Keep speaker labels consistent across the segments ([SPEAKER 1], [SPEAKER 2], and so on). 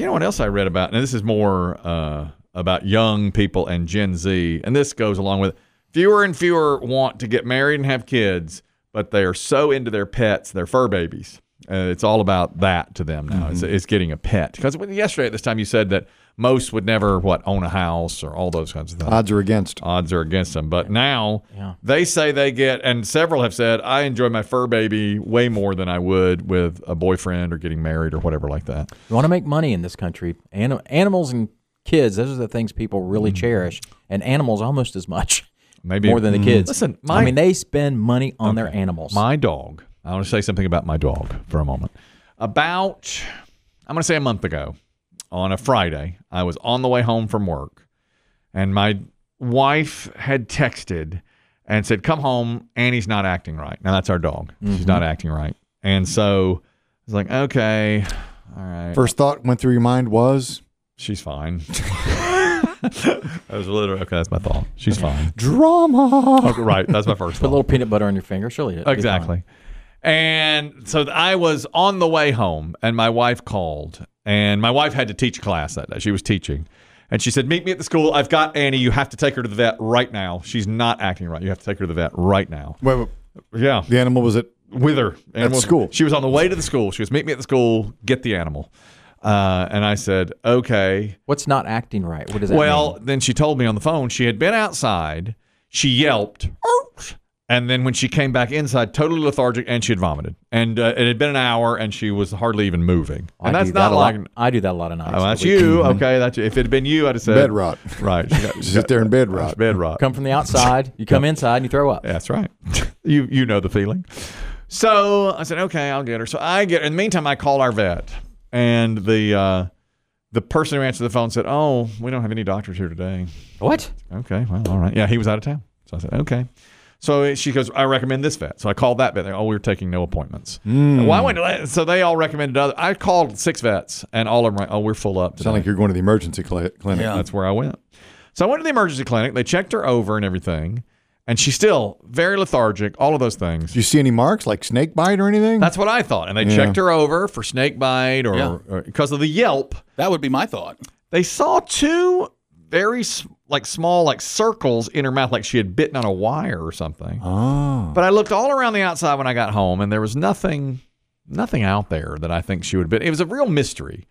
[SPEAKER 1] You know what else I read about? And this is more uh, about young people and Gen Z. And this goes along with it. Fewer and fewer want to get married and have kids, but they are so into their pets, their fur babies. Uh, it's all about that to them now. It's, it's getting a pet. Because yesterday at this time, you said that most would never, what, own a house or all those kinds of things
[SPEAKER 2] Odds are against.
[SPEAKER 1] odds are against them. But now they say they get, and several have said, I enjoy my fur baby way more than I would with a boyfriend or getting married or whatever like that.
[SPEAKER 3] You want to make money in this country. Anim- animals and kids, those are the things people really cherish, and animals almost as much,
[SPEAKER 1] Mm. Maybe
[SPEAKER 3] more than the kids.
[SPEAKER 1] Listen,
[SPEAKER 3] I
[SPEAKER 1] my-
[SPEAKER 3] mean, they spend money on their animals.
[SPEAKER 1] my dog. I want to say something about my dog for a moment. About, I'm going to say a month ago, on a Friday, I was on the way home from work, and my wife had texted and said, "Come home, Annie's not acting right." Now that's our dog. She's not acting right, and so I was like, "Okay, all right."
[SPEAKER 2] First thought went through your mind was
[SPEAKER 1] She's fine. I was literally okay. That's my thought. She's fine.
[SPEAKER 2] drama.
[SPEAKER 1] Okay, right. That's my first.
[SPEAKER 3] Put a
[SPEAKER 1] thought.
[SPEAKER 3] little peanut butter on your finger. Surely it'll be fine.
[SPEAKER 1] Exactly. And so I was on the way home, and my wife called, and my wife had to teach class that day. She was teaching, and she said, "Meet me at the school. I've got Annie. You have to take her to the vet right now. She's not acting right. You have to take her to the vet right now."
[SPEAKER 2] Wait, wait,
[SPEAKER 1] Yeah,
[SPEAKER 2] the animal was at
[SPEAKER 1] with her And was-
[SPEAKER 2] school.
[SPEAKER 1] She was on the way to the school. She was, "Meet me at the school. Get the animal." Uh, and I said, "Okay."
[SPEAKER 3] What's not acting right? What does that
[SPEAKER 1] Well,
[SPEAKER 3] mean?
[SPEAKER 1] then she told me on the phone she had been outside. She yelped, "Ouch!" and then when she came back inside, totally lethargic, and she had vomited. And uh, it had been an hour, and she was hardly even moving. And
[SPEAKER 3] I
[SPEAKER 1] that's
[SPEAKER 3] do that
[SPEAKER 1] not
[SPEAKER 3] a lot.
[SPEAKER 1] like
[SPEAKER 3] I do that a lot of nights.
[SPEAKER 1] oh,
[SPEAKER 3] of the
[SPEAKER 1] that's
[SPEAKER 3] week.
[SPEAKER 1] you, okay? That's you. if it had been you, I'd have said
[SPEAKER 2] bed rot.
[SPEAKER 1] Right, she got- she
[SPEAKER 2] Sit there in bed
[SPEAKER 1] got
[SPEAKER 2] rot.
[SPEAKER 1] bed rot.
[SPEAKER 3] Come from the outside, you come inside, and you throw up.
[SPEAKER 1] That's right. you you know the feeling. So I said, okay, I'll get her. So I get. In the meantime, I call our vet, and the uh, the person who answered the phone said, "Oh, we don't have any doctors here today."
[SPEAKER 3] What?
[SPEAKER 1] Okay, well, all right. Yeah, he was out of town. So I said, okay. So she goes, I recommend this vet. So I called that vet. They, oh, we were taking no appointments. Well, I went to that. So they all recommended other. I called six vets, and all of them were like, oh, we're full up.
[SPEAKER 2] Sound
[SPEAKER 1] today."
[SPEAKER 2] like you're going to the emergency cli- clinic.
[SPEAKER 1] That's where I went. So I went to the emergency clinic. They checked her over and everything, and she's still very lethargic, all of those things.
[SPEAKER 2] Do you see any marks like snake bite or anything?
[SPEAKER 1] That's what I thought. And they checked her over for snake bite or-
[SPEAKER 4] Yeah.
[SPEAKER 1] or because of the yelp.
[SPEAKER 4] That would be my thought.
[SPEAKER 1] They saw two very s- like small like circles in her mouth, like she had bitten on a wire or something.
[SPEAKER 2] oh.
[SPEAKER 1] But I looked all around the outside when I got home, and there was nothing, nothing out there that I think she would have been. It was a real mystery.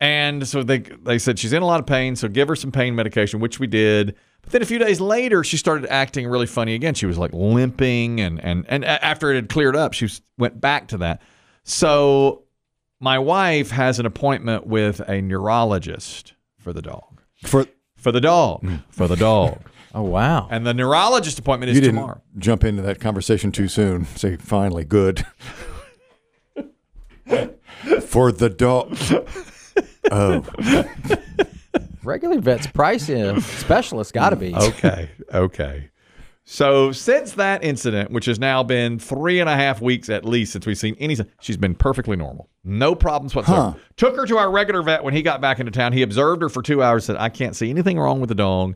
[SPEAKER 1] And so they they said she's in a lot of pain, so give her some pain medication, which we did. But then a few days later, she started acting really funny again. She was like limping, and and and a- after it had cleared up, she s- went back to that. So my wife has an appointment with a neurologist for the dog,
[SPEAKER 2] For
[SPEAKER 1] for the dog, for the dog,
[SPEAKER 3] Oh wow.
[SPEAKER 1] and the neurologist appointment is
[SPEAKER 2] Mm. you didn't
[SPEAKER 1] tomorrow.
[SPEAKER 2] jump into that conversation too soon. Say finally, good. For the dog. Oh,
[SPEAKER 3] Regular vets price uh, specialist got to be.
[SPEAKER 1] okay. Okay. So since that incident, which has now been three and a half weeks at least since we've seen any, she's been perfectly normal, no problems whatsoever.
[SPEAKER 2] Huh.
[SPEAKER 1] Took her to our regular vet when he got back into town. He observed her for two hours. Said, "I can't see anything wrong with the dog."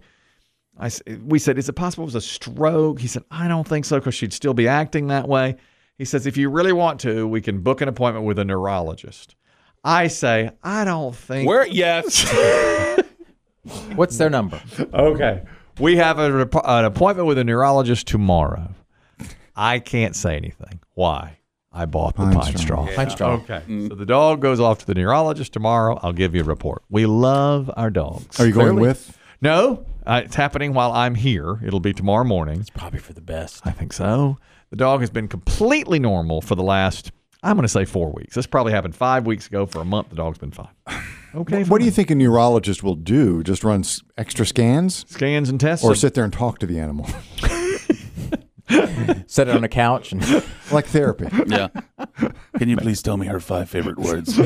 [SPEAKER 1] I s- we said, "Is it possible it was a stroke?" He said, "I don't think so, because she'd still be acting that way." He says, "If you really want to, we can book an appointment with a neurologist." I say, "I don't think."
[SPEAKER 4] Where? Yes.
[SPEAKER 3] What's their number?
[SPEAKER 1] Okay. We have a, rep- an appointment with a neurologist tomorrow. I can't say anything. Why? I bought the pine, straw.
[SPEAKER 3] Punch draw.
[SPEAKER 1] Okay. So the dog goes off to the neurologist tomorrow. I'll give you a report. We love our dogs.
[SPEAKER 2] are you going with?
[SPEAKER 1] No, uh, it's happening while I'm here. It'll be tomorrow morning.
[SPEAKER 3] Probably for the best.
[SPEAKER 1] I think so. The dog has been completely normal for the last, I'm going to say four weeks. This probably happened five weeks ago. For a month, the dog's been fine. Okay.
[SPEAKER 2] What do you think a neurologist will do? Just run s- extra scans,
[SPEAKER 1] Scans and tests.
[SPEAKER 2] or sit there and talk to the animal
[SPEAKER 3] Set it on a couch and
[SPEAKER 2] like therapy?
[SPEAKER 4] yeah. Can you please tell me her five favorite words?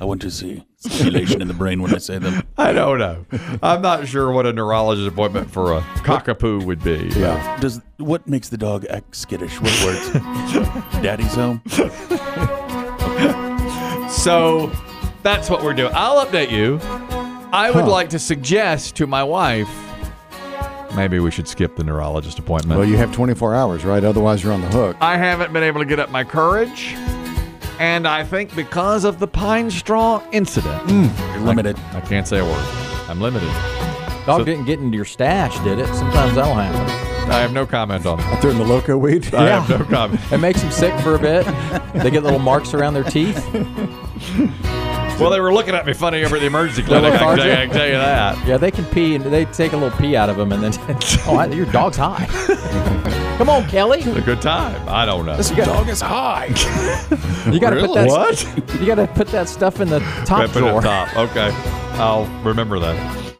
[SPEAKER 4] I want to see stimulation in the brain when I say them.
[SPEAKER 1] I don't know. I'm not sure what a neurologist appointment for a cockapoo would be.
[SPEAKER 2] Yeah.
[SPEAKER 4] Does what makes the dog act skittish? What words? Daddy's home.
[SPEAKER 1] So that's what we're doing. I'll update you. I would
[SPEAKER 2] Huh.
[SPEAKER 1] like to suggest to my wife maybe we should skip the neurologist appointment.
[SPEAKER 2] Well, you have 24 hours, right? Otherwise, you're on the hook.
[SPEAKER 1] I haven't been able to get up my courage. And I think because of the pine straw incident,
[SPEAKER 2] Hmm.
[SPEAKER 4] You're limited.
[SPEAKER 1] I can't say a word. I'm limited.
[SPEAKER 3] Dog didn't get into your stash, did it? Sometimes that'll happen.
[SPEAKER 1] I have no comment on that.
[SPEAKER 2] Out there in the loco weed.
[SPEAKER 1] I have no comment.
[SPEAKER 3] It makes them sick for a bit. They get little marks around their teeth.
[SPEAKER 1] Well, they were looking at me funny over at the emergency clinic. I can tell you- I can tell you that.
[SPEAKER 3] Yeah, they can pee and they take a little pee out of them, and then oh, I- your dog's high. Come on, Kelly.
[SPEAKER 1] It's a good time. I don't know.
[SPEAKER 3] You gotta,
[SPEAKER 4] Dog is high.
[SPEAKER 3] you gotta put that.
[SPEAKER 1] What?
[SPEAKER 3] You gotta put that stuff in the
[SPEAKER 1] I
[SPEAKER 3] top
[SPEAKER 1] put it
[SPEAKER 3] drawer.
[SPEAKER 1] top. Okay. I'll remember that.